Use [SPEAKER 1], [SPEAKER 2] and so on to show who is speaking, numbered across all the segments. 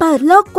[SPEAKER 1] ก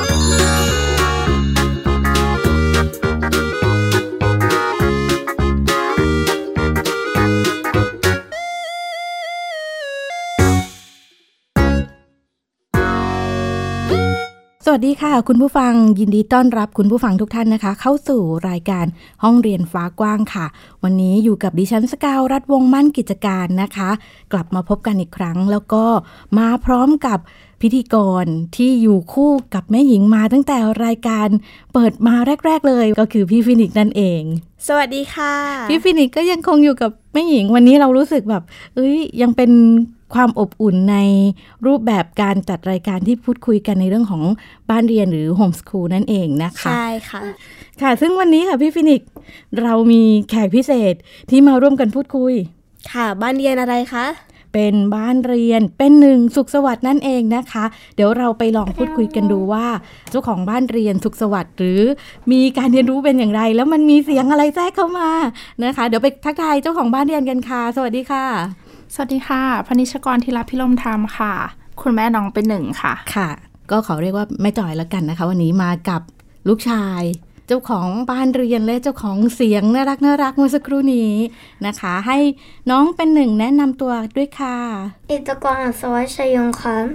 [SPEAKER 2] สวัสดีค่ะ คุณผู้ฟังยินดีต้อนรับคุณผู้ฟังทุกท่านนะคะ เข้าสู่รายการห้องเรียนฟ้ากว้างค่ะ วันนี้อยู่กับดิฉันสกาวรัฐวงศ์มั่นกิจการนะคะ กลับมาพบกันอีกครั้ง แล้วก็มาพร้อมกับพิธีกรที่อยู่คู่กับแม่หญิงมาตั้งแต่รายการเปิดมาแรก ๆ เลยก็คือพี่ฟินิกซ์นั่นเอง
[SPEAKER 3] สวัสดีค่ะ
[SPEAKER 2] พี่ฟินิกส์ก็ยังคงอยู่กับแม่หญิงวันนี้เรารู้สึกแบบ เอ้ยยังเป็นความอบอุ่นในรูปแบบการจัดรายการที่พูดคุยกันในเรื่องของบ้านเรียนหรือโฮมสคูลนั่นเองนะคะ
[SPEAKER 3] ใช่ค่ะ
[SPEAKER 2] ค่ะ ซึ่งวันนี้ค่ะพี่ฟินิกส์เรามีแขกพิเศษที่มาร่วมกันพูดคุย
[SPEAKER 3] ค่ะ บ้านเรียนอะไรคะ
[SPEAKER 2] เป็นบ้านเรียนเป็นหนึ่งสุขสวัสดิ์นั่นเองนะคะ เดี๋ยวเราไปลองพูดคุยกันดูว่า เจ้าของบ้านเรียนสุขสวัสดิ์หรือ มีการเรียนรู้เป็นอย่างไร แล้วมันมีเสียงอะไรแทรกเข้ามานะคะ เดี๋ยวไปทักทายเจ้าของบ้านเรียนกันค่ะ สวัสดีค่ะ
[SPEAKER 4] สวัสดีค่ะพนิชกรที่รับพิรมธรรมค่ะ คุณแม่น้องเป็นหนึ่งค่ะ
[SPEAKER 2] ค่ะ ก็ขอเรียกว่าแม่จอยแล้วกันนะคะ วันนี้มากับลูกชาย เจ้าของบ้านเรียนและเจ้าของเสียงน่ารักน่ารักเมื่อสักครู่นี้นะคะ ให้น้องเป็นหนึ่งแนะนำตัวด้วยค่ะ
[SPEAKER 5] อิตกรอัศวชัยยงค์ครับ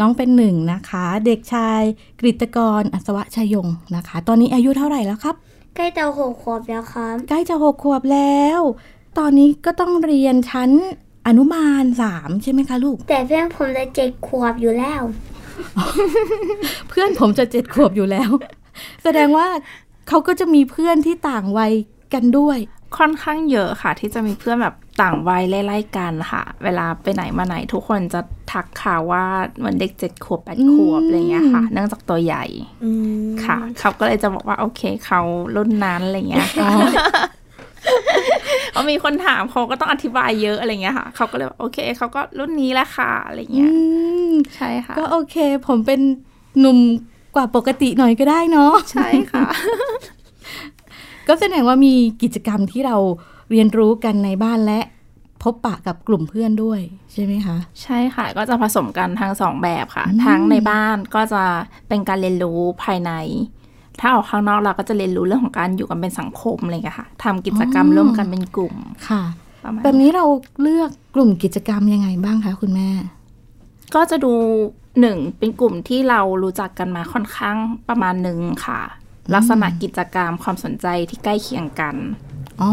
[SPEAKER 2] น้องเป็นหนึ่งนะคะ เด็กชายกฤตกรอัศวชัยยงค์นะคะ ตอนนี้อายุเท่าไหร่แล้วครับ
[SPEAKER 5] ใกล้จะหกขวบแล้วครับ
[SPEAKER 2] ใกล้จะหกขวบแล้ว ตอนนี้ก็ต้องเรียนชั้นอนุบาลสามใช่ไหมคะลูก
[SPEAKER 5] แต่เพื่อนผมจะเจ็ดขวบอยู่แล้ว
[SPEAKER 2] เพื่อนผมจะเจ็ดขวบอยู่แล้ว แสดงว่าเขาก็จะมีเพื่อนที่ต่างวัยกันด้วย
[SPEAKER 4] ค่อนข้างเยอะค่ะ ที่จะมีเพื่อนแบบต่างวัยไล่ๆกันค่ะ เวลาไปไหนมาไหนทุกคนจะทักค่ะว่าเหมือนเด็กเจ็ดขวบแปด
[SPEAKER 2] อืม
[SPEAKER 4] ขวบอะไรเงี้ยค่ะ เนื่องจากตัวใหญ่
[SPEAKER 3] อืม
[SPEAKER 4] ค่ะ เขาก็เลยจะบอกว่าโอเคเขารุ่นนั้นอะไรเงี้ยค่ะเขามีคนถามเขาก็ต้องอธิบายเยอะอะไรเงี้ยค่ะ เขาก็เลยบอกโอเคเขาก็รุ่นนี้แหละค่ะอะไรเงี้ย
[SPEAKER 2] อืม
[SPEAKER 4] ใช่ค่ะ
[SPEAKER 2] ก็โอเค ผมเป็นหนุ่มกว่าปกติหน่อยก็ได้เนาะ
[SPEAKER 4] ใช่ค่ะ
[SPEAKER 2] ก็แสดงว่ามีกิจกรรมที่เราเรียนรู้กันในบ้านและพบปะกับกลุ่มเพื่อนด้วยใช่ไหมคะ
[SPEAKER 4] ใช่ค่ะ ก็จะผสมกันทั้งสองแบบค่ะ
[SPEAKER 2] อืม
[SPEAKER 4] ทั้งในบ้านก็จะเป็นการเรียนรู้ภายใน ถ้าออกข้างนอกเราก็จะเรียนรู้เรื่องของการอยู่กันเป็นสังคมอะไรอย่างเงี้ยค่ะทำกิจกรรมร่วมกันเป็นกลุ่ม
[SPEAKER 2] ค่ะ
[SPEAKER 4] ประมาณ
[SPEAKER 2] แบบนี้เราเลือกกลุ่มกิจกรรมยังไงบ้างคะคุณแม่
[SPEAKER 4] ก็จะดูหนึ่งเป็นกลุ่มที่เรารู้จักกันมาค่อนข้างประมาณหนึ่งค่ะ ลักษณะกิจกรรมความสนใจที่ใกล้เคียงกัน
[SPEAKER 2] อ๋อ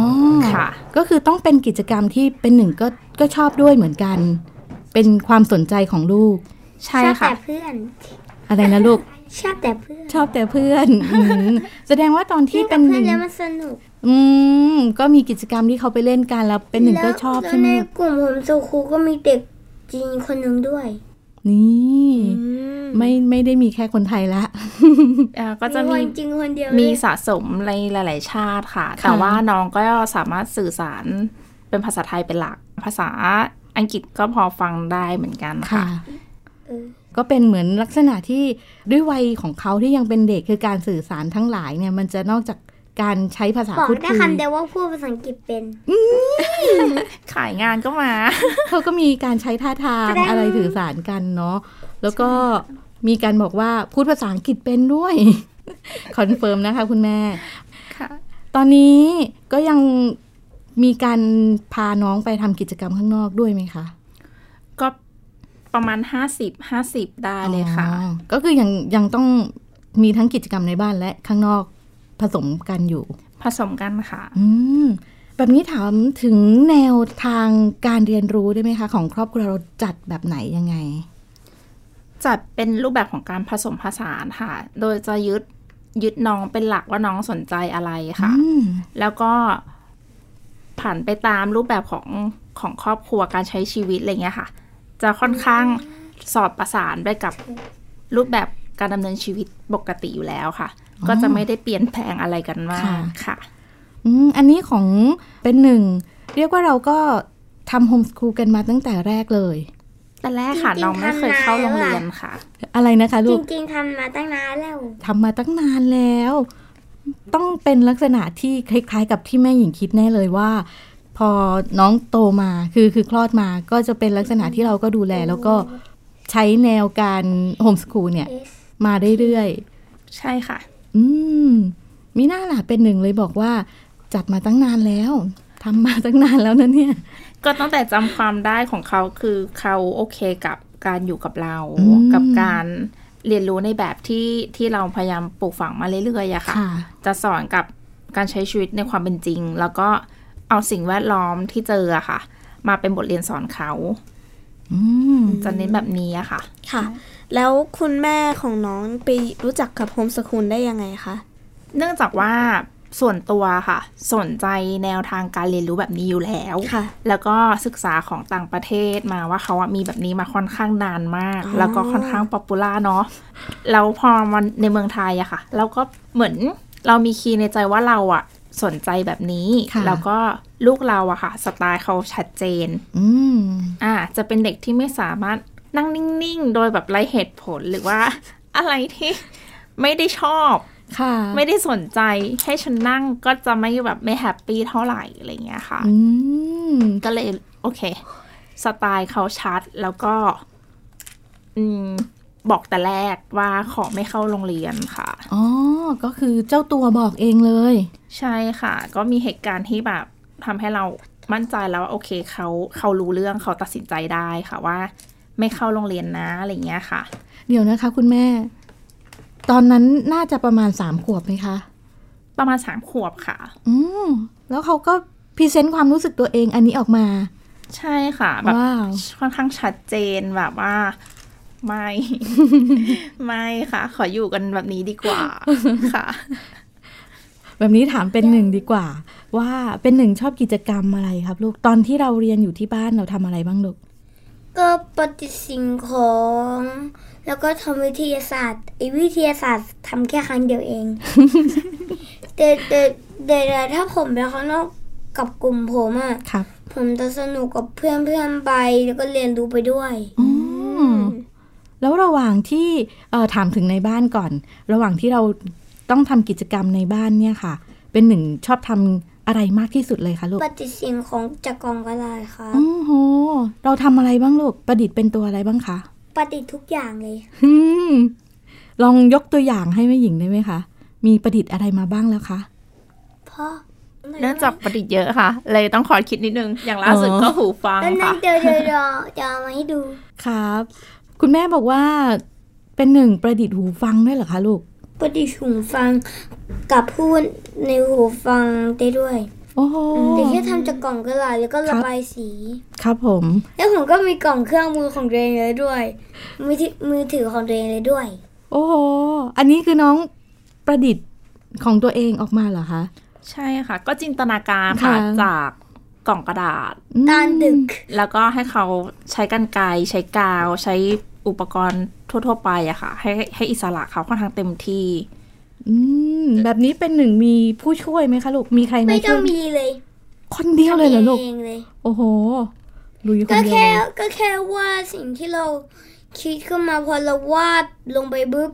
[SPEAKER 4] ค่ะ
[SPEAKER 2] ก็คือต้องเป็นกิจกรรมที่เป็นหนึ่งก็ก็ชอบด้วยเหมือนกัน เป็นความสนใจของลูก
[SPEAKER 4] ใช่
[SPEAKER 5] ชอบ
[SPEAKER 4] ค่ะ
[SPEAKER 5] แต่เพื่อน
[SPEAKER 2] อะไรนะลูก
[SPEAKER 5] ชอบแต่เพื่อน
[SPEAKER 2] ชอบแต่เพื่อนอืมแสดงว่าตอนที่
[SPEAKER 5] เล่น
[SPEAKER 2] เป็
[SPEAKER 5] กัน บ
[SPEAKER 2] ห
[SPEAKER 5] เพื่อ
[SPEAKER 2] นึ่ง
[SPEAKER 5] นแล้วมันสนุก
[SPEAKER 2] อืมก็มีกิจกรรมที่เขาไปเล่นกันแล้วเป็นหนึ่งก็
[SPEAKER 5] แล้ว
[SPEAKER 2] ชอบใช่ไหม
[SPEAKER 5] แล้วในกลุ่มผมสุครูก็มีเด็กจีนคนหนึ่งด้วย
[SPEAKER 2] นี่
[SPEAKER 3] อืม
[SPEAKER 2] ไม่ไม่ได้มีแค่คนไทยละ
[SPEAKER 4] เอ่อก็
[SPEAKER 5] มี
[SPEAKER 4] จะ
[SPEAKER 5] ค
[SPEAKER 4] มี
[SPEAKER 5] นจริงคนเดียว
[SPEAKER 4] มี
[SPEAKER 5] เลย
[SPEAKER 4] สะสมในหลาย ๆ ชาติค่ะ แต่ว่าน้องก็สามารถสื่อสารเป็นภาษาไทยเป็นหลัก ภาษาอังกฤษก็พอฟังได้เหมือนกันค่ะ
[SPEAKER 2] ค่ะ
[SPEAKER 5] เออ
[SPEAKER 2] ก็เป็นเหมือนลักษณะที่ด้วยวัยของเขาที่ยังเป็นเด็กคือการสื่อสารทั้งหลายเนี่ย มันจะนอกจากการใช้ภาษา
[SPEAKER 5] บอก
[SPEAKER 2] พูด
[SPEAKER 5] ได้
[SPEAKER 2] คุย
[SPEAKER 5] คำเดียวว่าพูดภาษาอังกฤษเป็น
[SPEAKER 4] ขายงานก็มา
[SPEAKER 2] เขาก็มีการใช้ท่าทางอะไรสื่อสารกันเนาะแล้วก็มีการบอกว่าพูดภาษาอังกฤษเป็นด้วย คอนเฟิร์มนะคะคุณแม่
[SPEAKER 4] ค่ะ
[SPEAKER 2] ตอนนี้ก็ยังมีการพาน้องไปทำกิจกรรมข้างนอกด้วยไหมคะ
[SPEAKER 4] ก็ประมาณ 50 50 ได้เลยค่ะ
[SPEAKER 2] อ๋อก็คือยังยังต้องมีทั้งกิจกรรมในบ้านและข้างนอกผสมกันอยู่
[SPEAKER 4] ผสมกันค่ะ
[SPEAKER 2] อืมแบบนี้ถามถึงแนวทางการเรียนรู้ได้ไหมคะ ของครอบครัวเราจัดแบบไหนยังไง
[SPEAKER 4] จัดเป็นรูปแบบของการผสมผสานค่ะ โดยจะยึดยึดน้องเป็นหลักว่าน้องสนใจอะไรค่ะ
[SPEAKER 2] อืม
[SPEAKER 4] แล้วก็ผ่านไปตามรูปแบบของของครอบครัวการใช้ชีวิตอะไรเงี้ยค่ะ จะค่อนข้างสอดประสานไปกับรูปแบบการดำเนินชีวิตปกติอยู่แล้วค่ะ ก็จะไม่ได้เปลี่ยนแปลงอะไรกันมากค่ะ
[SPEAKER 2] อืมอันนี้ของเป็นหนึ่ง เรียกว่าเราก็ทำโฮมสคูลกันมาตั้งแต่แรกเลย
[SPEAKER 4] แต่แรกค่ะน้องไม่เคยเข้าโรงเรียนค่ะ
[SPEAKER 2] อะไรนะคะ
[SPEAKER 5] จ
[SPEAKER 2] ลูก
[SPEAKER 5] ริงๆทำมาตั้งนานแล้ว
[SPEAKER 2] ทำมาตั้งนานแล้ว ต้องเป็นลักษณะที่คล้ายๆ กับที่แม่หญิงคิดแน่เลยว่า พอน้องโตมาคือคือคลอดมาก็จะเป็นลักษณะที่เราก็ดูแล แล้วก็ใช้แนวการโฮมส o ูลเนี่ย มาเรื่อย
[SPEAKER 4] ใช่ค่ะ
[SPEAKER 2] ๆอืมมีหน้าล่ะเป็นหนึ่งเลยบอกว่าจัดมาตั้งนานแล้วทำมาตั้งนานแล้วนะเนี่ย
[SPEAKER 4] ก็ตั้งแต่จำความได้ของเขาคือเขาโอเคกับการอยู่กับเรา
[SPEAKER 2] อืม
[SPEAKER 4] กับการเรียนรู้ในแบบที่ที่เราพยายามปลูกฝังมาเรื่อยๆอะค่ะ จะสอนกับการใช้ชีวิตในความเป็นจริง แล้วก็เอาสิ่งแวดล้อมที่เจออะค่ะ มาเป็นบทเรียนสอนเขา
[SPEAKER 2] อืม
[SPEAKER 4] จะเน้นแบบนี้อะค่ะ
[SPEAKER 3] ค่ะ แล้วคุณแม่ของน้องไปรู้จักกับโฮมสคูลได้ยังไงคะ
[SPEAKER 4] เนื่องจากว่าส่วนตัวค่ะ สนใจแนวทางการเรียนรู้แบบนี้อยู่แล้ว
[SPEAKER 3] ค่ะ
[SPEAKER 4] แล้วก็ศึกษาของต่างประเทศมาว่าเขาอะมีแบบนี้มาค่อนข้างนานมาก แล้วก็ค่อนข้างป๊อปปูล่าเนาะแล้วพอมันในเมืองไทยอะค่ะ เราก็เหมือนเรามีคีย์ในใจว่าเราอะสนใจแบบนี้
[SPEAKER 2] ค่ะ
[SPEAKER 4] แล้วก็ลูกเราอะค่ะสไตล์เขาชัดเจน
[SPEAKER 2] อืม
[SPEAKER 4] อ่าจะเป็นเด็กที่ไม่สามารถนั่งนิ่งๆ โดยแบบไร้เหตุผลหรือว่า อะไรที่ไม่ได้ชอบ
[SPEAKER 2] ค่ะ
[SPEAKER 4] ไม่ได้สนใจให้ฉันนั่งก็จะไม่แบบไม่แฮปปี้เท่าไหร่อะไรอย่างเงี้ยค่ะ
[SPEAKER 2] อืม
[SPEAKER 4] ก็เลยโอเค สไตล์เขาชัดแล้วก็ อืม บอกแต่แรกว่าขอไม่เข้าโรงเรียนค่ะ
[SPEAKER 2] อ๋อ ก็คือเจ้าตัวบอกเองเลย
[SPEAKER 4] ใช่ค่ะ ก็มีเหตุการณ์ที่แบบทำให้เรามั่นใจแล้วว่าโอเคเขาเขารู้เรื่องเขาตัดสินใจได้ค่ะว่า ไม่เข้าโรงเรียนนะอะไรอย่างเงี้ยค่ะ
[SPEAKER 2] เดี๋ยวนะคะ คุณแม่ ตอนนั้นน่าจะประมาณสามขวบไหมคะ
[SPEAKER 4] ประมาณสามขวบค่ะ
[SPEAKER 2] อืม แล้วเขาก็พรีเซนต์ความรู้สึกตัวเองอันนี้ออกมา
[SPEAKER 4] ใช่ค่ะ แบบ
[SPEAKER 2] ว้าว
[SPEAKER 4] ค่อนข้างชัดเจนแบบว่า ไม่ ไม่ค่ะ ขออยู่กันแบบนี้ดีกว่าค่ะ
[SPEAKER 2] แบบนี้ถามเป็นหนึ่งดีกว่า ว่าเป็นหนึ่งชอบกิจกรรมอะไรครับ ลูกตอนที่เราเรียนอยู่ที่บ้านเราทำอะไรบ้างลูก
[SPEAKER 5] ก็ปฏิดสิ่งของ แล้วก็ทำวิทยาศาสตร์ไอ้วิทยาศาสตร์ทำแค่ครั้งเดียวเอง แต่แต่แต่แต่ถ้าผมไปข้างนอกกับกลุ่มผมอะ
[SPEAKER 2] ครับ
[SPEAKER 5] ผมจะสนุกกับเพื่อนเพื่อนๆไปแล้วก็เรียนรู้ไปด้วย
[SPEAKER 2] อืมแล้วระหว่างที่เอ่อถามถึงในบ้านก่อน ระหว่างที่เราต้องทำกิจกรรมในบ้านเนี่ยค่ะ เป็นหนึ่งชอบทำอะไรมากที่สุดเลยคะลูก
[SPEAKER 5] ปฏิดสิ่งของจากกล่องก็ได้ครับ
[SPEAKER 2] โอ้โห เราทำอะไรบ้างลูก ประดิษฐ์เป็นตัวอะไรบ้างคะ
[SPEAKER 5] ปฏิดทุกอย่างเลย
[SPEAKER 2] อืมลองยกตัวอย่างให้แม่หญิงได้ไหมคะ มีประดิษฐ์อะไรมาบ้างแล้วคะ
[SPEAKER 5] พ่อ
[SPEAKER 4] เนื่องจากประดิษฐ์เยอะค่ะ เลยต้องขอคิดนิดนึง อย่างล่าสุด
[SPEAKER 2] อ๋อ
[SPEAKER 4] ก็หูฟัง
[SPEAKER 5] แล้วนั่
[SPEAKER 4] ค่ะ
[SPEAKER 5] นเดี๋ยวเดี๋ยวเดี๋ยวจะเอามาให้ดู
[SPEAKER 2] ครับ คุณแม่บอกว่าเป็นหนึ่งประดิษฐ์หูฟังด้วยเหรอคะลูก
[SPEAKER 5] ปฏิดหูฟังกับพูดในหูฟังได้ด้วย
[SPEAKER 2] โอ้โห
[SPEAKER 5] แต่แค่ทำจากกล่องกระดาษแล้วก็ระบายสี
[SPEAKER 2] ครับผม
[SPEAKER 5] แล้วผมก็มีกล่องเครื่องมือของตัวเองเลยด้วย มือถือมือถือของตัวเองเลยด้วย
[SPEAKER 2] โอ้โห อันนี้คือน้องประดิษฐ์ของตัวเองออกมาเหรอคะ
[SPEAKER 4] ใช่ค่ะ ก็จินตนาการค่ะ จากกล่องกระดาษ
[SPEAKER 2] อืม
[SPEAKER 5] ตอนดึก
[SPEAKER 4] แล้วก็ให้เขาใช้กรรไกรใช้กาว ใช้อุปกรณ์ทั่ว ๆ ไปอะค่ะ ให้ให้อิสระเขาค่อนข้างเต็มที่
[SPEAKER 2] อืม แบบนี้เป็นหนึ่งมีผู้ช่วยไหมคะลูก มีใครมา
[SPEAKER 5] ไม่ต้
[SPEAKER 2] ช่
[SPEAKER 5] อ
[SPEAKER 2] ว
[SPEAKER 5] ง
[SPEAKER 2] ย
[SPEAKER 5] มีเลย
[SPEAKER 2] คนเดียวเลยเหรอลูก
[SPEAKER 5] ทำเองเลย
[SPEAKER 2] โอ้โห ลุยคน
[SPEAKER 5] ก็
[SPEAKER 2] เดียว
[SPEAKER 5] แค่
[SPEAKER 2] เลย
[SPEAKER 5] ก็แค่วาดสิ่งที่เราคิดขึ้นมาพอเราวาดลงไปบึ๊บ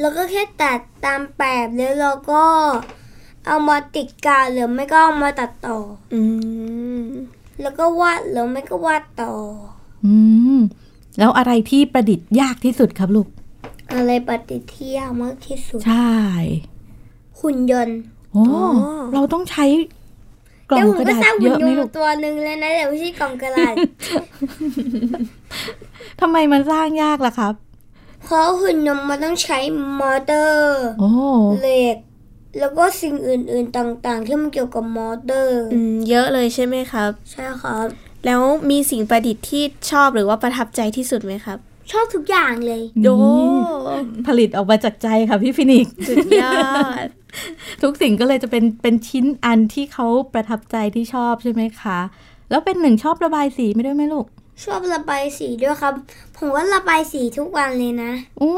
[SPEAKER 5] แล้วก็แค่ตัดตามแบบแล้วเราก็เอามาติดกาวหรือไม่ก็เอามาตัดต่อ
[SPEAKER 3] อืม
[SPEAKER 5] แล้วก็วาดหรือไม่ก็วาดต่อ
[SPEAKER 2] อืม แล้วอะไรที่ประดิษฐ์ยากที่สุดครับลูก
[SPEAKER 5] อะไรปฏิเที่ยากมากที่สุด
[SPEAKER 2] ใช่
[SPEAKER 5] หุ่นยนต์
[SPEAKER 2] โอ้
[SPEAKER 3] อ๋อ
[SPEAKER 2] เราต้องใช้กล่อ
[SPEAKER 5] แล้ว
[SPEAKER 2] ง
[SPEAKER 5] ผม
[SPEAKER 2] กระ
[SPEAKER 5] ก็
[SPEAKER 2] ดา
[SPEAKER 5] สร้าง
[SPEAKER 2] ษเย
[SPEAKER 5] หุ่น
[SPEAKER 2] อะ
[SPEAKER 5] ย
[SPEAKER 2] ไหม
[SPEAKER 5] นต์
[SPEAKER 2] ลู
[SPEAKER 5] มาก ตัวหนึ่งแล้วนะแต่ไม่ใช่กล่องกระดาษ
[SPEAKER 2] ทำไมมันสร้างยากล่ะครับ
[SPEAKER 5] เพราะหุ่นยนต์มันต้องใช้มอเตอร์
[SPEAKER 2] โอ้
[SPEAKER 5] เหล็ก แล้วก็สิ่งอื่นๆต่างๆ ที่มันเกี่ยวกับมอเตอร์
[SPEAKER 3] อืม เยอะเลยใช่ไหมครับ
[SPEAKER 5] ใช่ครับ
[SPEAKER 3] แล้วมีสิ่งประดิษฐ์ที่ชอบหรือว่าประทับใจที่สุดไหมครับ
[SPEAKER 5] ชอบทุกอย่างเลย
[SPEAKER 3] โด
[SPEAKER 2] ผลิตออกมาจากใจค่ะพี่ฟินิกซ์
[SPEAKER 3] สุดยอด
[SPEAKER 2] ทุกสิ่งก็เลยจะเป็นเป็นชิ้นอันที่เขาประทับใจที่ชอบใช่ไหมคะ แล้วเป็นหนึ่งชอบระบายสีไม่ด้วยไหมลูก
[SPEAKER 5] ชอบระบายสีด้วยครับ ผมก็ระบายสีทุกวันเลยนะ
[SPEAKER 2] อู้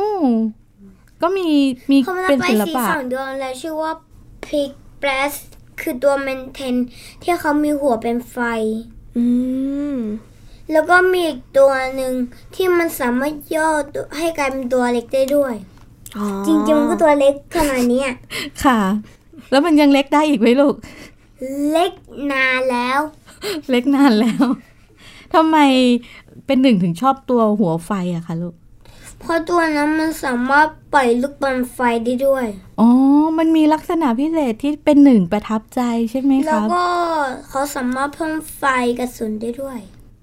[SPEAKER 2] ก็มีมี
[SPEAKER 5] ผมระ
[SPEAKER 2] เป็น
[SPEAKER 5] บาย
[SPEAKER 2] ศิล
[SPEAKER 5] สี
[SPEAKER 2] ปะ
[SPEAKER 5] สองดวงแล้วชื่อว่า Pig b l a s คือตัวเมนเทนที่เขามีหัวเป็นไฟ
[SPEAKER 3] อืม
[SPEAKER 5] แล้วก็มีอีกตัวหนึ่งที่มันสามารถย่อตัวให้กลายเป็นตัวเล็กได้ด้วย
[SPEAKER 3] อ๋อ
[SPEAKER 5] จริงๆมันก็ตัวเล็กขนาดเนี้ย
[SPEAKER 2] ค่ะ แล้วมันยังเล็กได้อีกไหมลูก
[SPEAKER 5] เล็กนานแล้ว
[SPEAKER 2] เล็กนานแล้ว ทำไมเป็นหนึ่งถึงชอบตัวหัวไฟอะคะลูก
[SPEAKER 5] เพราะตัวนั้นมันสามารถปล่อยลูกบอลไฟได้ด้วย
[SPEAKER 2] อ๋อ มันมีลักษณะพิเศษที่เป็นหนึ่งประทับใจใช่ไหมค
[SPEAKER 5] แล้ว
[SPEAKER 2] รับ
[SPEAKER 5] ก็เขาสามารถเพิ่มไฟกระสุนได้ด้วย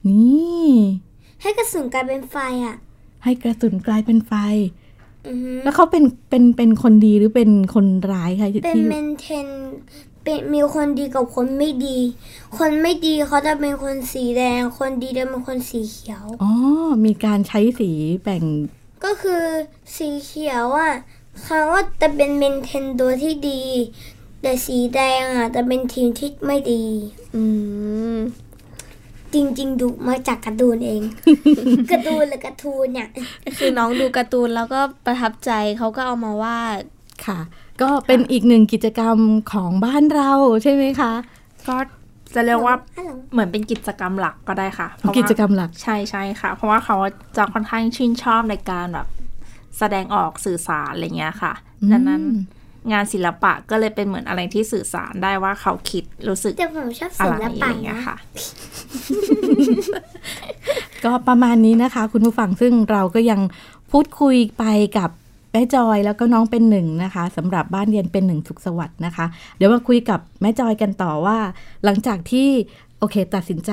[SPEAKER 2] นี่
[SPEAKER 5] ให้กระสุนกลายเป็นไฟอ่ะ
[SPEAKER 2] ให้กระสุนกลายเป็นไฟ
[SPEAKER 5] อือฮึ
[SPEAKER 2] แล้วเขาเป็นเป็นเป็นคนดีหรือเป็นคนร้ายคะที่
[SPEAKER 5] เป็น
[SPEAKER 2] ที่
[SPEAKER 5] เมนเทนเป็นมีคนดีกับคนไม่ดี คนไม่ดีเขาจะเป็นคนสีแดง คนดีจะเป็นคนสีเขียว
[SPEAKER 2] อ๋อ มีการใช้สีแบ่ง
[SPEAKER 5] ก็คือสีเขียวอ่ะเขาว่าจะเป็นเมนเทนตัวที่ดี แต่สีแดงอ่ะจะเป็นทีมที่ไม่ดี
[SPEAKER 3] อืม
[SPEAKER 5] จริง ๆ ดูมาจากการ์ตูนเอง การ์ตูนหรือการ์ตูนเนี่ย
[SPEAKER 3] คือน้องดูการ์ตูนแล้วก็ประทับใจเขาก็เอามาวาด
[SPEAKER 2] ค่ะ ก็เป็นอีกหนึ่งกิจกรรมของบ้านเราใช่ไหมคะ
[SPEAKER 4] ก็จะเรียกว่า
[SPEAKER 5] ฮัลโหล
[SPEAKER 4] เหมือนเป็นกิจกรรมหลักก็ได้ค่ะ เพราะว่า
[SPEAKER 2] กิจกรรมหลัก
[SPEAKER 4] ใช่ใช่ค่ะ เพราะว่าเขาจะค่อนข้างชื่นชอบในการแบบแสดงออกสื่อสารอะไรเงี้ยค่ะดังนั้น
[SPEAKER 2] อืม
[SPEAKER 4] งานศิลปะก็เลยเป็นเหมือนอะไรที่สื่อสารได้ว่าเขาคิดรู้สึก
[SPEAKER 5] แต่ผมชอบ
[SPEAKER 4] อะ
[SPEAKER 5] ศิ
[SPEAKER 4] ไร
[SPEAKER 5] ล
[SPEAKER 4] อะไร
[SPEAKER 5] ปะ
[SPEAKER 4] เงี้
[SPEAKER 5] นะ
[SPEAKER 4] ยค่ะ
[SPEAKER 2] ก็ประมาณนี้นะคะ คุณผู้ฟังซึ่งเราก็ยังพูดคุยไปกับแม่จอยแล้วก็น้องเป็นหนึ่งนะคะสำหรับบ้านเรียนเป็นหนึ่งสุขสวัสดิ์นะคะ เดี๋ยวมาคุยกับแม่จอยกันต่อว่า หลังจากที่โอเคตัดสินใจ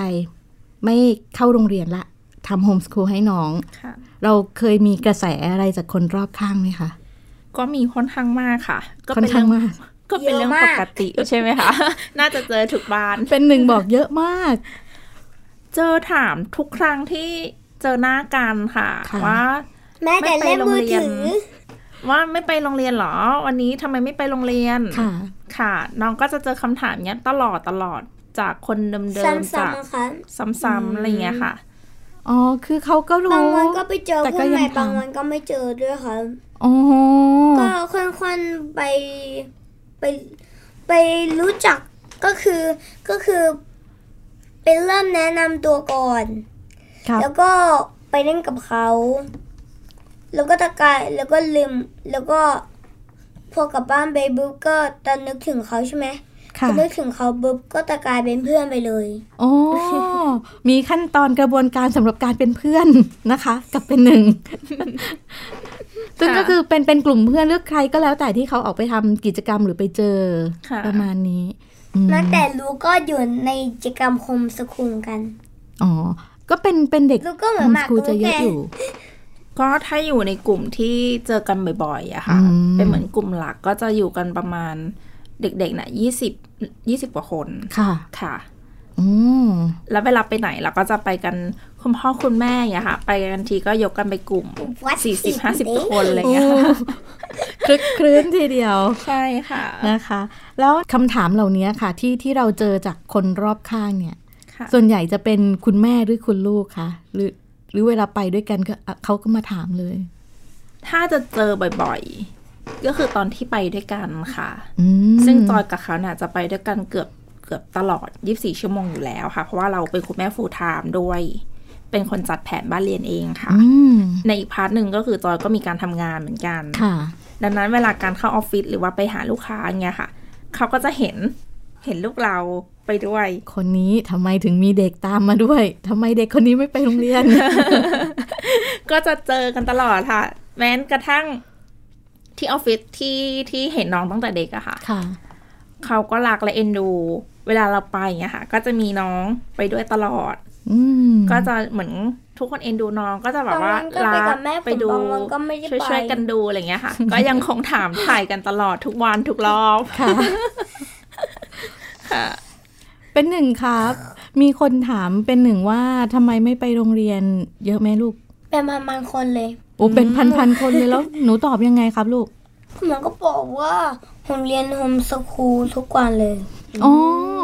[SPEAKER 2] ไม่เข้าโรงเรียนละทำโฮมสคูลให้น้อง
[SPEAKER 4] ค่ะ
[SPEAKER 2] เราเคยมีกระแสอะไรจากคนรอบข้างไหมคะ
[SPEAKER 4] ก็มีค่อนข้างมากค่ะ ก็
[SPEAKER 2] ค่อ
[SPEAKER 4] เป็น
[SPEAKER 2] น
[SPEAKER 4] เรื่
[SPEAKER 2] ข้า
[SPEAKER 4] องง
[SPEAKER 2] มาก
[SPEAKER 4] ก็เป็นเรื่อง
[SPEAKER 5] เยอะมาก
[SPEAKER 4] ปกติใช่ไหมคะ น่าจะเจอทุกบ้าน
[SPEAKER 2] เป็นหนึ่งบอกเยอะมาก
[SPEAKER 4] เจอถามทุกครั้งที่เจอหน้ากันค่ะ
[SPEAKER 2] ค่ะ
[SPEAKER 4] ว่า
[SPEAKER 5] แม้แต่เล่นมือถือ
[SPEAKER 4] ว่าไม่ไปโรงเรียนเหรอ วันนี้ทำไมไม่ไปโรงเรียน
[SPEAKER 2] ค่ะ
[SPEAKER 4] ค่ะ น้องก็จะเจอคำถามเนี้ยตลอดตลอดจากคนเดิมๆ
[SPEAKER 5] ซ้ำ
[SPEAKER 4] จาก
[SPEAKER 5] ๆนะคะ
[SPEAKER 4] ซ้ำๆอะไรอย่างเงี้ยค่ะ
[SPEAKER 2] อ๋อคือเขาก็รู้
[SPEAKER 5] บางวันก็ไปเจอ
[SPEAKER 2] แต่ก็
[SPEAKER 5] เพื่อนใหม่
[SPEAKER 2] ยังทำ
[SPEAKER 5] บางวันก็ไม่เจอด้วยค่ะ
[SPEAKER 2] อ๋อ
[SPEAKER 5] ก็ค่อนๆไปไปไปรู้จักก็คือก็คือไปเริ่มแนะนำตัวก่อน
[SPEAKER 2] ครับ
[SPEAKER 5] แล้วก็ไปเล่นกับเขา แล้วก็ตะกายแล้วก็ลืม แล้วก็พอกลับบ้านไปบุ๊บก็ตอนนึกถึงเขาใช่ไหมพ
[SPEAKER 2] ค่ะ
[SPEAKER 5] อนึกถึงเขาบุ๊บก็ตะกายเป็นเพื่อนไปเลย
[SPEAKER 2] โอ้ มีขั้นตอนกระบวนการสำหรับการเป็นเพื่อนนะคะ กับเป็นหนึ่ง ซึ่งก็คือเป็นเป็นกลุ่มเพื่อนเลือกใครก็แล้วแต่ที่เขาออกไปทำกิจกรรมหรือไปเจอ
[SPEAKER 4] ค่ะ
[SPEAKER 2] ประมาณนี้อืม
[SPEAKER 5] แม้แต่ลูกก็อยู่ในกิจกรรมโฮมสคูลกัน
[SPEAKER 2] อ๋อ ก็เป็นเป็นเด็ก
[SPEAKER 5] ลูกก็เหมือ
[SPEAKER 2] โฮ
[SPEAKER 5] น
[SPEAKER 2] ม
[SPEAKER 5] หมา
[SPEAKER 2] สกูลจะเยอะอ
[SPEAKER 5] ตุ๊กแก
[SPEAKER 2] ยู่
[SPEAKER 4] ก็ถ้าอยู่ในกลุ่มที่เจอกันบ่อยๆอะค่ะ
[SPEAKER 2] อืม
[SPEAKER 4] เป็นเหมือนกลุ่มหลักก็จะอยู่กันประมาณเด็กๆน่ะยี่สิบยี่สิบกว่าคน
[SPEAKER 2] ค่ะ
[SPEAKER 4] ค่ะ
[SPEAKER 2] อืม
[SPEAKER 4] แล้วเวลาไปไหนเราก็จะไปกันคุณพ่อคุณแม่อย่างเงี้ยค่ะ ไปกันทีก็ยกกันไปกลุ่ม
[SPEAKER 5] วัด
[SPEAKER 4] สี่สิบห้าสิบ
[SPEAKER 5] เอ๊ะ
[SPEAKER 4] คนอะไรอย่างเงี้ยค่ะ
[SPEAKER 2] คลึกคลื้นทีเดียว
[SPEAKER 4] ใช่ค่ะ
[SPEAKER 2] นะคะ แล้วคำถามเหล่านี้ค่ะ ที่ที่เราเจอจากคนรอบข้างเนี่ย
[SPEAKER 4] ค่ะ
[SPEAKER 2] ส่วนใหญ่จะเป็นคุณแม่หรือคุณลูกคะหรือ หรือเวลาไปด้วยกันก็อ่ะเขาก็มาถามเลย
[SPEAKER 4] ถ้าจะเจอบ่อยๆ ก็คือตอนที่ไปด้วยกันค่ะ
[SPEAKER 2] อืม
[SPEAKER 4] ซึ่งจอยกับเขาเนี่ยจะไปด้วยกันเกือบเกือบตลอด 24 ชั่วโมงอยู่แล้วค่ะ เพราะว่าเราเป็นคุณแม่ full time ด้วย เป็นคนจัดแผนบ้านเรียนเองค่ะ
[SPEAKER 2] อืม
[SPEAKER 4] ในอีกพาร์ทหนึ่งก็คือจอยก็มีการทำงานเหมือนกัน
[SPEAKER 2] ค่ะ
[SPEAKER 4] ดังนั้นเวลาการเข้าออฟฟิศหรือว่าไปหาลูกค้าเงี้ยค่ะ เขาก็จะเห็นเห็นลูกเราไปด้วย
[SPEAKER 2] คนนี้ทำไมถึงมีเด็กตามมาด้วยทำไมเด็กคนนี้ไม่ไปโรงเรี ยน
[SPEAKER 4] ก็จะเจอกันตลอดค่ะ แม้กระทั่งที่ออฟฟิศที่ที่เห็นน้องตั้งแต่เด็กอะค่ะ
[SPEAKER 2] ค่ะ
[SPEAKER 4] เขาก็รักและเอ็นดู เวลาเราไปอย่างเงี้ยค่ะ ก็จะมีน้องไปด้วยตลอด
[SPEAKER 2] อืม
[SPEAKER 4] ก็จะเหมือนทุกคนเอ็นดูน้องก็จะแบบ
[SPEAKER 5] บาง
[SPEAKER 4] ว่า
[SPEAKER 5] วันก็ไป
[SPEAKER 4] รั
[SPEAKER 5] กับแม่
[SPEAKER 4] ไป
[SPEAKER 5] ผม
[SPEAKER 4] ดู
[SPEAKER 5] บางวันก็ไม่ได้
[SPEAKER 4] ช่วย
[SPEAKER 5] ไป
[SPEAKER 4] ช่วยกันดูอะไรเงี้ยค่ะ ก็ยังคงถามถ่ายกันตลอดทุกวันทุกรอบ
[SPEAKER 2] ค่ะ
[SPEAKER 4] ค่ะ
[SPEAKER 2] เป็นหนึ่งครับ มีคนถามเป็นหนึ่งว่าทำไมไม่ไปโรงเรียน เยอะไหมลูก
[SPEAKER 5] เป็นพันๆคนเลย
[SPEAKER 2] โอ้เป็นพันพันๆคนเลยแล้ว หนูตอบยังไงครับลูก
[SPEAKER 5] คุณหมอก็บอกว่าผมเรียนโฮมสคูลทุกวันเลย
[SPEAKER 2] อ๋ออ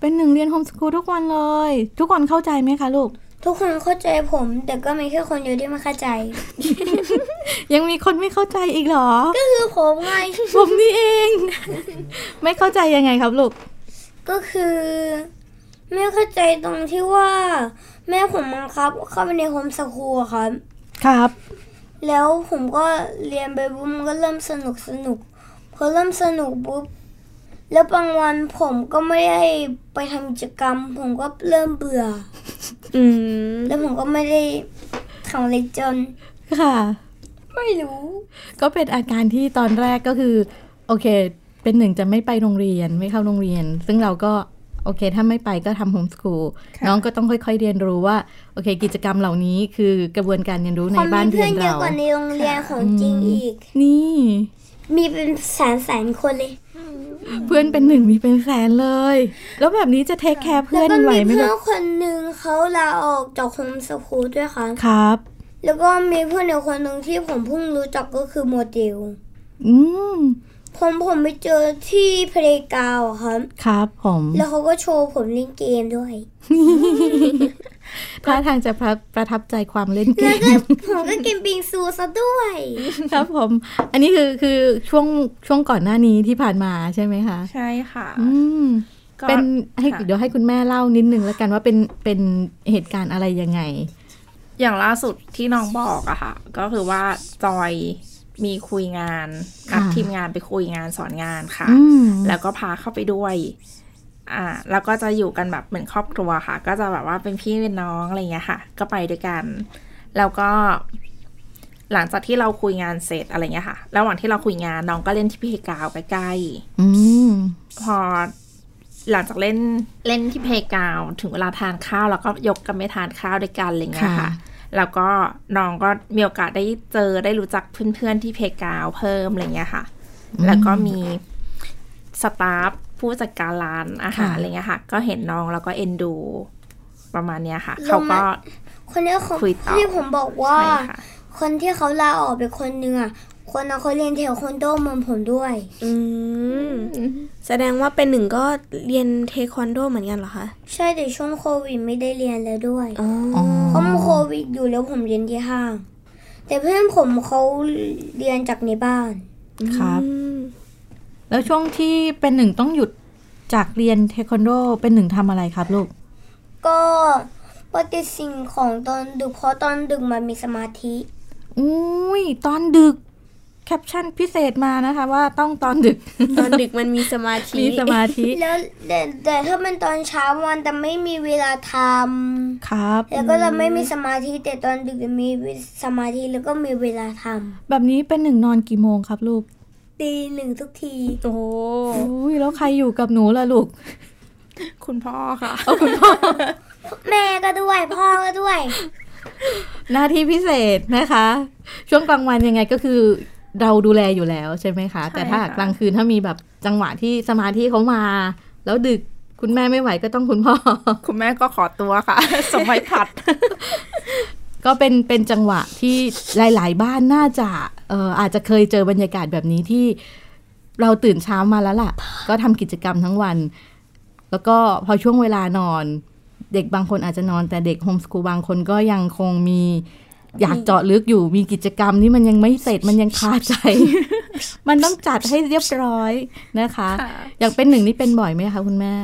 [SPEAKER 2] เป็นหนึ่งเรียนโฮมสกูลทุกวันเลย ทุกคนเข้าใจไหมคะลูก
[SPEAKER 5] ทุกคนเข้าใจผม แต่ก็มีแค่คนเดียวที่ไม่เข้าใจ
[SPEAKER 2] ยังมีคนไม่เข้าใจอีก เหรอ
[SPEAKER 5] ก็คือผมไง
[SPEAKER 2] ผมนี่เอง ไม่เข้าใจยังไงครับลูก
[SPEAKER 5] ก็คือไม่เข้าใจตรงที่ว่า แม่ผมบังคับ เข้าไปในโฮมสคูลอะครับ
[SPEAKER 2] ครับ
[SPEAKER 5] แล้วผมก็เรียนไปปุ๊บมันก็เริ่มสนุกสนุกพอเริ่มสนุกปุ๊บ แล้วบางวันผมก็ไม่ได้ไปทำกิจกรรม ผมก็เริ่มเบื่อ
[SPEAKER 3] อืม
[SPEAKER 5] แล้วผมก็ไม่ได้ทำอะไรจน
[SPEAKER 2] ค่ะ
[SPEAKER 5] ไม่รู้
[SPEAKER 2] ก็เป็นอาการที่ตอนแรกก็คือโอเค เป็นหนึ่งจะไม่ไปโรงเรียนไม่เข้าโรงเรียน ซึ่งเราก็โอเค ถ้าไม่ไปก็ทำโฮมสคูลน้องก็ต้องค่อย ๆ เรียนรู้ว่าโอเค กิจกรรมเหล่านี้คือกระบวนการเรียนรู้ใน
[SPEAKER 5] ผม
[SPEAKER 2] บ้า
[SPEAKER 5] มี
[SPEAKER 2] นเรี
[SPEAKER 5] เพื่
[SPEAKER 2] ย
[SPEAKER 5] อน
[SPEAKER 2] น
[SPEAKER 5] เยอะ
[SPEAKER 2] เรา
[SPEAKER 5] กว่าในโรงเรียนของจริง
[SPEAKER 2] อืม
[SPEAKER 5] อีก
[SPEAKER 2] นี่
[SPEAKER 5] มีเป็นแสนแสนๆคนเลย
[SPEAKER 2] เพื่อนเป็นหนึ่งมีเป็นแสนเลย แล้วแบบนี้จะเทคแคร์เพื่
[SPEAKER 5] แล้
[SPEAKER 2] อ
[SPEAKER 5] วนก็
[SPEAKER 2] ไหว
[SPEAKER 5] มี
[SPEAKER 2] ไหม
[SPEAKER 5] เพื่
[SPEAKER 2] แบ
[SPEAKER 5] อน
[SPEAKER 2] บ
[SPEAKER 5] คนหนึ่งเขาลาออกจากโฮมสคูลด้วยค่ะ
[SPEAKER 2] ครับ
[SPEAKER 5] แล้วก็มีเพื่อนอีกคนหนึ่งที่ผมเพิ่งรู้จักก็คือโมเดล
[SPEAKER 2] อืม
[SPEAKER 5] ผมผมไปเจอที่เพลกาวครับ
[SPEAKER 2] ครับผม
[SPEAKER 5] แล้วเขาก็โชว์ผมเล่นเกมด้วย
[SPEAKER 2] ท่าทางจะประประทับใจความเล่นเก
[SPEAKER 5] แล้ว
[SPEAKER 2] ม
[SPEAKER 5] ก็ผมก็กินปิงซูซะด้วย
[SPEAKER 2] ครับผม อันนี้คือคือช่วงช่วงก่อนหน้านี้ที่ผ่านมาใช่ไหมคะ
[SPEAKER 4] ใช่ค่ะ
[SPEAKER 2] อืม
[SPEAKER 4] ก็
[SPEAKER 2] เป็นให้
[SPEAKER 4] ค่ะ
[SPEAKER 2] เดี๋ยวให้คุณแม่เล่านิดนึงแล้วกันว่าเป็นเป็นเหตุการณ์อะไรยังไง
[SPEAKER 4] อย่างล่าสุดที่น้องบอกอะค่ะ ก็คือว่าจอยมีคุยงาน
[SPEAKER 2] ค่ะ
[SPEAKER 4] นัดทีมงานไปคุยงานสอนงานค่ะ
[SPEAKER 2] อืม
[SPEAKER 4] แล้วก็พาเข้าไปด้วย อ่า แล้วก็จะอยู่กันแบบเหมือนครอบครัวค่ะ ก็จะแบบว่าเป็นพี่เป็นน้องอะไรอย่างเงี้ยค่ะ ก็ไปด้วยกัน แล้วก็ หลังจากที่เราคุยงานเสร็จอะไรเงี้ยค่ะ ระหว่างที่เราคุยงานน้องก็เล่นที่เพกาวใกล้ๆ
[SPEAKER 2] อืม
[SPEAKER 4] พอหลังจากเล่นเล่นที่เพลย์กราวด์ถึงเวลาทานข้าว แล้วก็ยกกันไปทานข้าวด้วยกันอะไรเงี้ย
[SPEAKER 2] ค่ะ
[SPEAKER 4] ค่ะ แล้วก็น้องก็มีโอกาสได้เจอได้รู้จักเพื่อนๆที่เพลย์กราวด์เพิ่มอะไรเงี้ยค่ะ
[SPEAKER 2] อืม
[SPEAKER 4] แล้วก็มีสตาฟผู้จัดการร้านอาหาร
[SPEAKER 2] ค่ะ
[SPEAKER 4] อะไรเงี้ยค่ะ ก็เห็นน้องแล้วก็เอ็นดู ประมาณเนี้ยค่ะ
[SPEAKER 5] ลงมา
[SPEAKER 4] เขาก็
[SPEAKER 5] คนเนี้ยเขา
[SPEAKER 4] คุยต่อ
[SPEAKER 5] ที่ผมบอกว่า
[SPEAKER 4] ใช่ค่ะ
[SPEAKER 5] คนที่เขาลาออกไปคนหนึ่งอ่ะ คนนั้นเขาเรียนเทควันโดเหมือนผมด้วย
[SPEAKER 3] อืม แสดงว่าเป็นหนึ่งก็เรียนเทควันโดเหมือนกันเหรอคะ
[SPEAKER 5] ใช่แต่ช่วงโควิดไม่ได้เรียนแล้วด้วย
[SPEAKER 3] อ๋อ
[SPEAKER 2] อ๋อ
[SPEAKER 5] เพราะมันโควิดอยู่แล้วผมเรียนที่ห้าง แต่เพื่อนผมเขาเรียนจากในบ้าน
[SPEAKER 2] ครับ
[SPEAKER 3] อืม
[SPEAKER 2] แล้วช่วงที่เป็นหนึ่งต้องหยุดจากเรียนเทควันโดเป็นหนึ่งทำอะไรครับลูก
[SPEAKER 5] ก็ปฏิสิ่งของตอนดึกเพราะตอนดึกมันมีสมาธิ
[SPEAKER 2] อุ้ยตอนดึกแคปชั่นพิเศษมานะคะ ว่าต้องตอนดึก
[SPEAKER 3] ตอนดึกมันมีสมา ธิ
[SPEAKER 2] มีสมาธิ
[SPEAKER 5] แล้วแต่แต่ถ้ามันตอนเช้ามันจะไม่มีเวลาทำ
[SPEAKER 2] ครับ
[SPEAKER 5] แล้วก็จะไม่มีสมาธิแต่ตอนดึกจะมีสมาธิแล้วก็มีเวลาท
[SPEAKER 2] แบบนี้เป็นหนึ่งนอนกี่โมงครับลูก
[SPEAKER 5] ำตีหนึ่งทุกที
[SPEAKER 3] โอ้โห
[SPEAKER 2] อุ้ยแล้วใครอยู่กับหนูล่ะลูก
[SPEAKER 4] คุณพ่อค่ะ
[SPEAKER 5] แม่ก็ด้วยพ่อก็ด้วย
[SPEAKER 2] หน้าที่พิเศษนะคะ ช่วงกลางวันยังไงก็คือเราดูแลอยู่แล้วใช่ไหมคะ
[SPEAKER 4] ใช่
[SPEAKER 2] แต่ถ้า
[SPEAKER 4] ค่ะ
[SPEAKER 2] กลางคืนถ้ามีแบบจังหวะที่สมาธิเขามา แล้วดึกคุณแม่ไม่ไหวก็ต้องคุณพ่อ
[SPEAKER 4] คุณแม่ก็ขอตัวค่ะ สมัยผัด
[SPEAKER 2] ก็เป็นเป็นจังหวะที่หลาย ๆ บ้านน่าจะเอ่ออาจจะเคยเจอบรรยากาศแบบนี้ที่เราตื่นเช้ามาแล้วล่ะ ก็ทำกิจกรรมทั้งวัน แล้วก็พอช่วงเวลานอน เด็กบางคนอาจจะนอน แต่เด็กโฮมส o ูลบางคนก็ยังคงมี อยากเจาะลึกอยู่มีกิจกรรมที่มันยังไม่เสร็จมันยังคาใจ มันต้องจัดให้เรียบร้อยนะคะ
[SPEAKER 4] ค่ะ
[SPEAKER 2] อยากเป็นหนึ่งนี่เป็นบ่อยไหมคะคุณแม่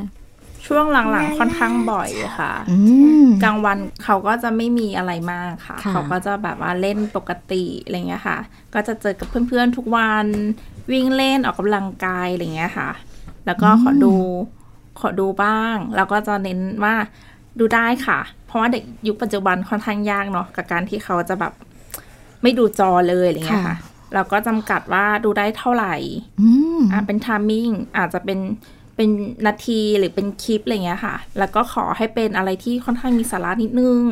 [SPEAKER 4] ช่วงหลังๆค่อนข้างบ่อยค่ะ
[SPEAKER 2] อืม
[SPEAKER 4] กลางวันเขาก็จะไม่มีอะไรมากค่ะ
[SPEAKER 2] ค่ะ
[SPEAKER 4] เขาก็จะแบบว่าเล่นปกติอะไรเงี้ยค่ะ ก็จะเจอกับเพื่อนๆทุกวันวิ่งเล่นออกกำลังกายอะไรเงี้ยค่ะ แล้วก็ขอดูขอดูบ้าง แล้วก็จะเน้นว่าดูได้ค่ะ เพราะว่าเด็กยุคปัจจุบันค่อนข้างยากเนาะกับการที่เขาจะแบบไม่ดูจอเลยอะไรเงี้ยค่ะ เราก็จำกัดว่าดูได้เท่าไหร่
[SPEAKER 2] อืม
[SPEAKER 4] อ่าเป็นทามมิ่งอาจจะเป็นเป็นนาทีหรือเป็นคลิปอะไรเงี้ยค่ะ แล้วก็ขอให้เป็นอะไรที่ค่อนข้างมีสาระนิดนึง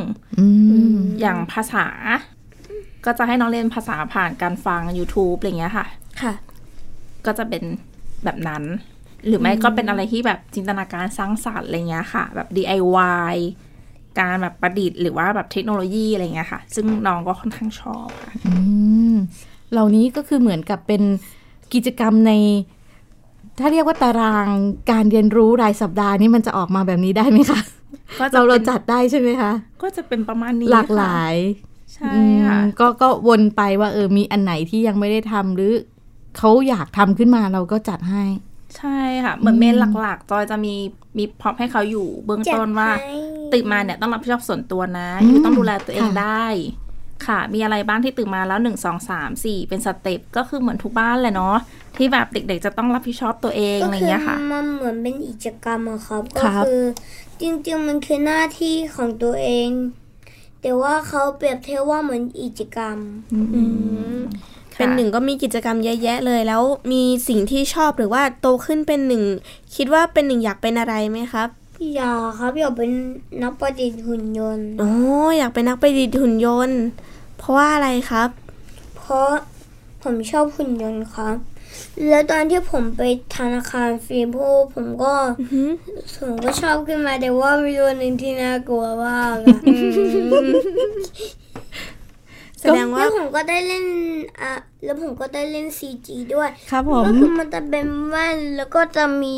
[SPEAKER 2] อืม
[SPEAKER 4] อย่างภาษา ก็จะให้น้องเรียนภาษาผ่านการฟัง YouTube อะไรเงี้ยค่ะ
[SPEAKER 3] ค่ะ
[SPEAKER 4] ก็จะเป็นแบบนั้น หรือไม่ก็เป็นอะไรที่แบบจินตนาการสร้างสรรค์อะไรเงี้ยค่ะ แบบ DIY การแบบประดิษฐ์หรือว่าแบบเทคโนโลยีอะไรเงี้ยค่ะ ซึ่งน้องก็ค่อนข้างชอบค่ะ
[SPEAKER 2] อืมเหล่านี้ก็คือเหมือนกับเป็นกิจกรรมใน ถ้าเรียกว่าตารางการเรียนรู้รายสัปดาห์นี่มันจะออกมาแบบนี้ได้ไหม คะ
[SPEAKER 4] ก็จะ
[SPEAKER 2] เราเรา
[SPEAKER 4] เป็น
[SPEAKER 2] จัดได้ใช่ไหมคะ
[SPEAKER 4] ก็จะเป็นประมาณนี้
[SPEAKER 2] หลากหลา
[SPEAKER 4] ค่ะ
[SPEAKER 2] ย
[SPEAKER 4] ใช่
[SPEAKER 2] อืม
[SPEAKER 4] ค่ะ
[SPEAKER 2] ก็ก็วนไปว่าเออมีอันไหนที่ยังไม่ได้ทำหรือเขาอยากทำขึ้นมาเราก็จัดให้
[SPEAKER 4] ใช่ค่ะ เหมือนเมนหลักๆ จอยจะมีมีพร็อพให้เขาอยู่เบื้องต้นว่า
[SPEAKER 5] ให้
[SPEAKER 4] ตื่นมาเนี่ยต้องรับผิดชอบส่วนตัวนะ อยู่ต้องดูแลตัวเอง
[SPEAKER 2] ค่ะ
[SPEAKER 4] ได้ ค่ะ มีอะไรบ้างที่ตื่นมาแล้วหนึ่งสองสามสี่เป็นสเต็ปก็คือเหมือนทุกบ้านแหละเนาะที่แบบเด็กๆ จะต้องรับผิดชอบตัวเอง
[SPEAKER 5] ก็
[SPEAKER 4] อะไร
[SPEAKER 5] คือ
[SPEAKER 4] เงี้ยค่ะ
[SPEAKER 5] มันเหมือนเป็นกิจกรรมอะครับ
[SPEAKER 2] ค
[SPEAKER 5] ก็
[SPEAKER 2] รับ
[SPEAKER 5] คือจริงๆมันคือหน้าที่ของตัวเอง แต่ว่าเขาเปรียบเทียบว่าเหมือนกิจกรรม
[SPEAKER 4] ค่ะ
[SPEAKER 3] เป็นหนึ่งก็มีกิจกรรมเยอะแยะเลย แล้วมีสิ่งที่ชอบหรือว่าโตขึ้นเป็นหนึ่ง คิดว่าเป็นหนึ่งอยากเป็นอะไรไหมครับ
[SPEAKER 5] อย่าครับอย่าเป็นนักประดิษฐ์หุ่นยนต์
[SPEAKER 3] อ๋อ อยากเป็นนักประดิษฐ์หุ่นยนต์ เพราะว่าอะไรครับ
[SPEAKER 5] เพราะผมชอบหุ่นยนต์ครับ แล้วตอนที่ผมไปธนาคารฟรีโพผมก็ผมก็ชอบขึ้นมาแต่ว่ามีตัวหนึ่งที่น่ากลัวมากอะ
[SPEAKER 3] แสดงว่า
[SPEAKER 5] แล้วผมก็ได้เล่นอ่ะแล้วผมก็ได้เล่นซีจีด้วย
[SPEAKER 2] ครับผม
[SPEAKER 5] ก็คือมันจะเป็นแว่นแล้วก็จะมี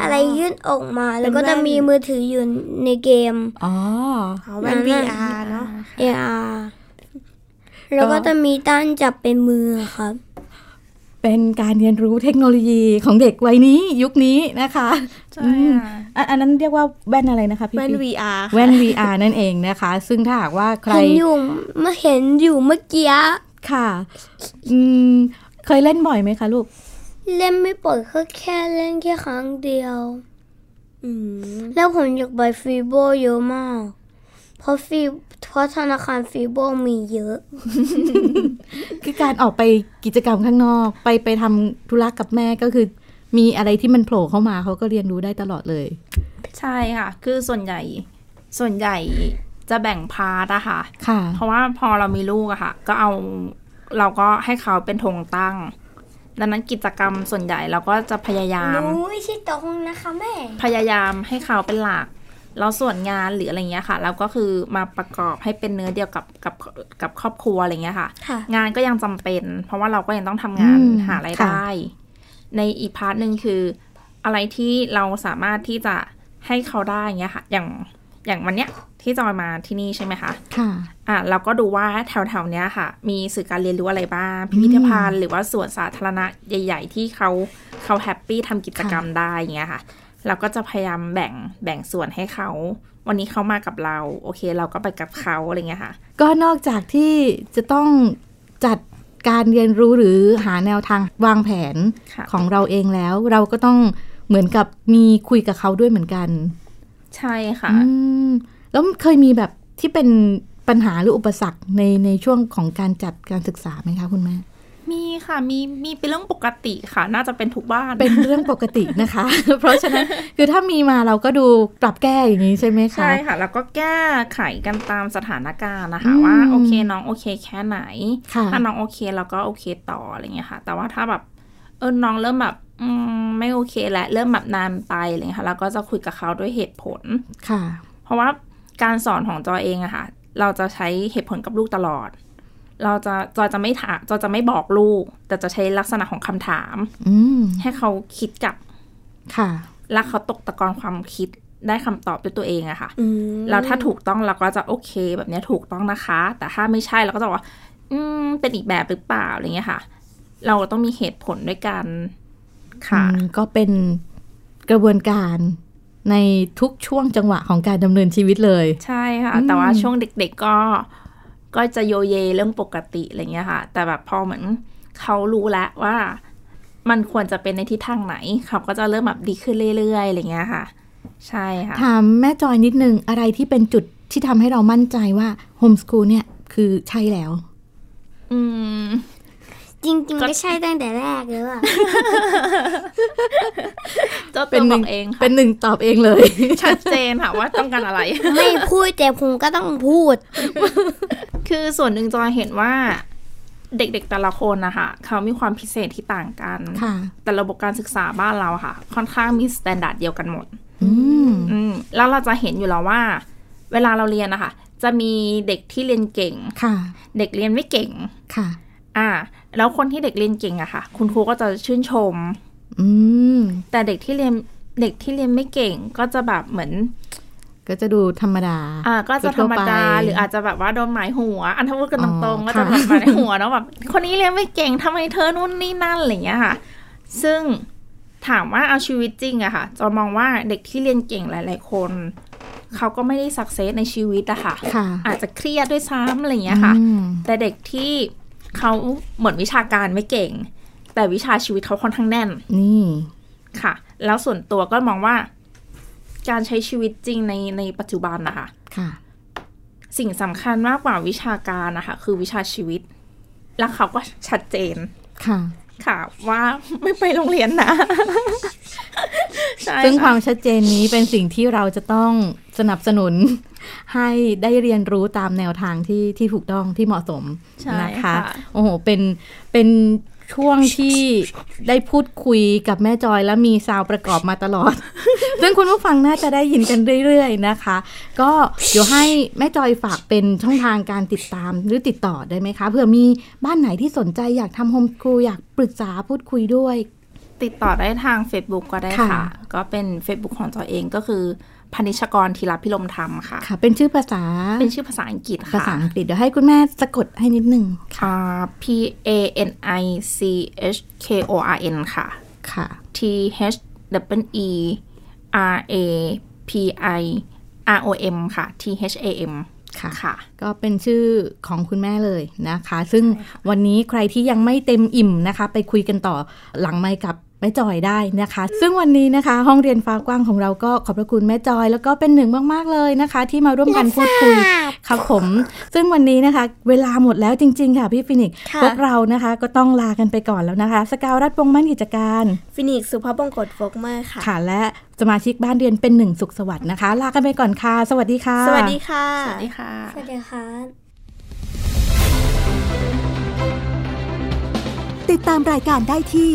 [SPEAKER 5] อะไรยื่นออกมา แล้วก็จะมีมือถืออยู่ในเกม
[SPEAKER 2] อ๋อ
[SPEAKER 3] อ๋อแว่น
[SPEAKER 5] นั่นน่ะ
[SPEAKER 3] VR เนาะ
[SPEAKER 5] AR แล้วก็จะมีต้านจับเป็นมือครับ
[SPEAKER 2] เป็นการเรียนรู้เทคโนโลยีของเด็กวัยนี้ยุคนี้นะคะ
[SPEAKER 4] ใช่
[SPEAKER 2] อืม
[SPEAKER 4] ค่ะ
[SPEAKER 2] อันอันนั้นเรียกว่าแว่นอะไรนะคะพี่
[SPEAKER 3] แว่น
[SPEAKER 2] ปิ๊ก
[SPEAKER 3] VR
[SPEAKER 2] แว่น VR นั่นเองนะคะ ซึ่งถ้าหากว่าใคร
[SPEAKER 5] เห็นอยู่เมื่อเห็นอยู่เมื่อกี้
[SPEAKER 2] ค่ะอืมเคยเล่นบ่อยไหมคะลูก
[SPEAKER 5] เล่นไม่ปล่อยก็แค่เล่นแค่ครั้งเดียว
[SPEAKER 3] อืม
[SPEAKER 5] แล้วผมอยากไปฟรีโบเยอะมาก เพราะฟรีเพราะธนาคารฟรีโบมีเยอะ
[SPEAKER 2] คือการออกไปกิจกรรมข้างนอก ไปไปทำธุระกับแม่ก็คือ มีอะไรที่มันโผล่เข้ามาเขาก็เรียนรู้ได้ตลอดเลย
[SPEAKER 4] ใช่ค่ะ คือส่วนใหญ่ส่วนใหญ่จะแบ่งพาร์ทอะค่ะ
[SPEAKER 2] ค่ะ
[SPEAKER 4] เพราะว่าพอเรามีลูกอะค่ะ ก็เอาเราก็ให้เขาเป็นธงตั้ง ดังนั้นกิจกรรมส่วนใหญ่เราก็จะพยายาม
[SPEAKER 5] หนูไม่ใช่ตรงนะคะแม่
[SPEAKER 4] พยายามให้เขาเป็นหลัก แล้วส่วนงานหรืออะไรเงี้ยค่ะเราก็คือมาประกอบให้เป็นเนื้อเดียวกับกับกับครอบครัวอะไรเงี้ยค่ะ
[SPEAKER 5] ค่ะ
[SPEAKER 4] งานก็ยังจำเป็น เพราะว่าเราก็ยังต้องทำงาน
[SPEAKER 2] อืม
[SPEAKER 4] หาราย
[SPEAKER 2] ค่ะ
[SPEAKER 4] ได้ ในอีกพาร์ทหนึ่งคืออะไรที่เราสามารถที่จะให้เขาได้เงี้ยค่ะ อย่างอย่างวันเนี้ยที่จอยมาที่นี่ใช่ไหมคะ
[SPEAKER 2] ค่ะ
[SPEAKER 4] อ่ะเราก็ดูว่าแถวๆเนี้ยค่ะ มีสื่อการเรียนรู้อะไรบ้าง พิพิธภัณฑ์หรือว่าสวนสาธารณะใหญ่ ๆ ที่เขาเขาแฮปปี้ทำกิจกรรมได้อย่างเงี้ยค่ะ เราก็จะพยายามแบ่งแบ่งส่วนให้เขา วันนี้เขามากับเรา โอเค เราก็ไปกับเขาอะไรเงี้ยค่ะ
[SPEAKER 2] ก็นอกจากที่จะต้องจัดการเรียนรู้หรือหาแนวทางวางแผน
[SPEAKER 4] ค่ะ
[SPEAKER 2] ของเราเองแล้ว เราก็ต้องเหมือนกับมีคุยกับเขาด้วยเหมือนกัน
[SPEAKER 4] ใช่ค่ะ
[SPEAKER 2] อืมแล้วเคยมีแบบที่เป็นปัญหาหรืออุปสรรคในในช่วงของการจัดการศึกษาไหมคะคุณแม่
[SPEAKER 4] มีค่ะมีมีเป็นเรื่องปกติค่ะ น่าจะเป็นทุกบ้าน
[SPEAKER 2] เป็นเรื่องปกตินะคะ เพราะฉะนั้นคือถ้ามีมาเราก็ดูปรับแก้อย่างนี้ใช่ไหมคะ
[SPEAKER 4] ใช่ค่ะ แล้วก็แก้ไขกันตามสถานการณ์นะคะ
[SPEAKER 2] อืม
[SPEAKER 4] ว่าโอเคน้องโอเคแค่ไหน
[SPEAKER 2] ค่ะ
[SPEAKER 4] ถ้าน้องโอเคเราก็โอเคต่ออะไรเงี้ยค่ะ แต่ว่าถ้าแบบเออน้องเริ่มแบบอืมไม่โอเคแล้วเริ่มแบบนานไปอะไรเงี้ยค่ะเราก็จะคุยกับเขาด้วยเหตุผล
[SPEAKER 2] ค่ะ
[SPEAKER 4] เพราะว่าการสอนของจอยเองอะค่ะ เราจะใช้เหตุผลกับลูกตลอด เราจะจอยจะไม่ถามจอยจะไม่บอกลูก แต่จะใช้ลักษณะของคำถาม
[SPEAKER 2] อืม
[SPEAKER 4] ให้เขาคิดกลับ
[SPEAKER 2] ค่ะ
[SPEAKER 4] และเขาตกตะกอนความคิดได้คำตอบด้วยตัวเองอะค่ะ
[SPEAKER 3] อืม
[SPEAKER 4] เราถ้าถูกต้องเราก็จะโอเคแบบเนี้ยถูกต้องนะคะ แต่ถ้าไม่ใช่เราก็จะบอกว่า อืม เป็นอีกแบบหรือเปล่าอะไรเงี้ยค่ะ เราต้องมีเหตุผลด้วยกันค่ะ
[SPEAKER 2] อืมก็เป็นกระบวนการในทุกช่วงจังหวะของการดำเนินชีวิตเลย
[SPEAKER 4] ใช่ค่ะ
[SPEAKER 2] อืม
[SPEAKER 4] แต่ว่าช่วงเด็กๆก็ ก็จะโยเยเรื่องปกติอะไรเงี้ยค่ะ แต่แบบพอเหมือนเขารู้แล้วว่า มันควรจะเป็นในทิศทางไหน เขาก็จะเริ่มแบบดีขึ้นเรื่อยๆอะไรเงี้ยค่ะ ใช่ค่ะ
[SPEAKER 2] ถามแม่จอยนิดนึง อะไรที่เป็นจุดที่ทำให้เรามั่นใจว่าโฮมสคูลเนี่ยคือใช่แล้ว
[SPEAKER 4] อืม
[SPEAKER 5] จริงๆ ไม่ใช่ตั้งแต่แรกเลยว่ะ
[SPEAKER 4] เจ้า
[SPEAKER 2] เป็
[SPEAKER 4] ตั
[SPEAKER 2] น
[SPEAKER 4] ว
[SPEAKER 2] ห
[SPEAKER 4] บ
[SPEAKER 2] นึ่
[SPEAKER 4] อง กเองค่ะ
[SPEAKER 2] เป็นหนึ่งตอบเองเลย
[SPEAKER 4] ชัดเจนค่ะว่าต้องการอะไร
[SPEAKER 5] ไม่พูดแต่ผมก็ต้องพูด
[SPEAKER 4] คือส่วนหนึ่งจอยเห็นว่าเด็กๆแต่ละคนนะคะเขามีความพิเศษที่ต่างกัน
[SPEAKER 2] ค่ะ
[SPEAKER 4] แต่ระบบการศึกษาบ้านเราอะค่ะ ค่อนข้างมีสแตนดาร์ดเดียวกันหมด
[SPEAKER 2] อืม
[SPEAKER 4] อืมแล้วเราจะเห็นอยู่แล้วว่า เวลาเราเรียนนะคะจะมีเด็กที่เรียนเก่ง
[SPEAKER 2] ค่ะ
[SPEAKER 4] เด็กเรียนไม่เก่ง
[SPEAKER 2] ค่ะ
[SPEAKER 4] อ่า แล้วคนที่เด็กเรียนเก่งอะค่ะ คุณครูก็จะชื่นชม
[SPEAKER 2] อืม
[SPEAKER 4] แต่เด็กที่เรียนเด็กที่เรียนไม่เก่ง ก็จะแบบเหมือน
[SPEAKER 2] ก็จะดูธรรมดา
[SPEAKER 4] อ่าก็จะธรรมดา
[SPEAKER 2] ทั่วๆไป
[SPEAKER 4] หรืออาจจะแบบว่าโดนหมายหัว อันถ้าพูดกันตรงๆ
[SPEAKER 2] อ๋อ
[SPEAKER 4] ก็จะ
[SPEAKER 2] ค่ะ
[SPEAKER 4] แบบหมายหัวเนาะแบบคนนี้เรียนไม่เก่งทำไมเธอนู่นนี่นั่นอะไรอย่างเงี้ยค่ะ ซึ่งถามว่าเอาชีวิตจริงอะค่ะจะมองว่าเด็กที่เรียนเก่งหลาย ๆ คน เขาก็ไม่ได้สักเซสในชีวิตอะค่ะ
[SPEAKER 2] ค่ะ
[SPEAKER 4] อาจจะเครียดด้วยซ้ำอะไรอย่างเงี้ยค่ะ
[SPEAKER 2] อืม
[SPEAKER 4] แต่เด็กที่เขาเหมือนวิชาการไม่เก่ง แต่วิชาชีวิตเขาค่อนข้างแน่น
[SPEAKER 2] นี่
[SPEAKER 4] ค่ะ แล้วส่วนตัวก็มองว่า การใช้ชีวิตจริงในในปัจจุบันนะคะ
[SPEAKER 2] ค่ะ
[SPEAKER 4] สิ่งสำคัญมากกว่าวิชาการนะคะคือวิชาชีวิต แล้วเขาก็ชัดเจน
[SPEAKER 2] ค่ะ
[SPEAKER 4] ค่ะ ว่าไม่ไปโรงเรียน นะใช่
[SPEAKER 2] ซึ่ง
[SPEAKER 4] ะ
[SPEAKER 2] ความชัดเจนนี้เป็นสิ่งที่เราจะต้องสนับสนุน ให้ได้เรียนรู้ตามแนวทางที่ที่ถูกต้องที่เหมาะสม
[SPEAKER 4] ใช่
[SPEAKER 2] นะคะ
[SPEAKER 4] ค่ะ
[SPEAKER 2] โอ้โห เป็นเป็นช่วงที่ได้พูดคุยกับแม่จอยและมีซาวประกอบมาตลอด ซึ่งคุณผู้ฟังน่าจะได้ยินกันเรื่อยๆนะคะ ก็เดี๋ยวให้แม่จอยฝากเป็นช่องทางการติดตามหรือติดต่อได้ไหมคะเผื่อมีบ้านไหนที่สนใจอยากทำโฮมครูอยากปรึกษาพูดคุยด้วย
[SPEAKER 4] ติดต่อได้ทาง Facebook ก็ได้
[SPEAKER 2] ค่ะ
[SPEAKER 4] ค่ะ ก็เป็น Facebook ของตัวเองก็คือพนิชกรธีรพิรมธรรมค่ะ
[SPEAKER 2] ค่ะ เป็นชื่อภาษา
[SPEAKER 4] เป็นชื่อภาษาอังกฤษ
[SPEAKER 2] ภาษา
[SPEAKER 4] ค่ะ
[SPEAKER 2] อังกฤษเดี๋ยวให้คุณแม่สะกดให้นิดนึง
[SPEAKER 4] R P A N I C H K O R N ค่ะ
[SPEAKER 2] ค่ะ
[SPEAKER 4] T H W E R A P I R O M ค่ะ T H A M
[SPEAKER 2] ค่ะ
[SPEAKER 4] ค่ะ
[SPEAKER 2] ก็เป็นชื่อของคุณแม่เลยนะคะ ซึ่งวันนี้ใครที่ยังไม่เต็มอิ่มนะคะ ไปคุยกันต่อหลังไมค์กับแม่จอยได้นะคะ ซึ่งวันนี้นะคะ ห้องเรียนฟ้ากว้างของเราก็ขอบพระคุณแม่จอย แล้วก็เป็นหนึ่งมากๆเลยนะคะ ที่มาร่วมกันพูดคุยครับผม ซึ่งวันนี้นะคะ เวลาหมดแล้วจริง ๆ ค่ะพี่ฟินิกซ์
[SPEAKER 3] ค่ะ
[SPEAKER 2] พวกเรานะคะก็ต้องลากันไปก่อนแล้วนะคะ สกาวรัฐวงศ์มั่นกิจการ
[SPEAKER 3] ฟินิกซ์สุภาพบงกตโฟกเมอร์ค่ะ
[SPEAKER 2] ค่ะและสมาชิกบ้านเรียนเป็นหนึ่งสุขสวัสดิ์นะคะ ลากันไปก่อนค่ะ สวัสดีค่ะ
[SPEAKER 3] สวัสดีค่ะ
[SPEAKER 4] สวัสดีค่ะ
[SPEAKER 5] สวัสดีครับ
[SPEAKER 1] ติดตามรายการได้ที่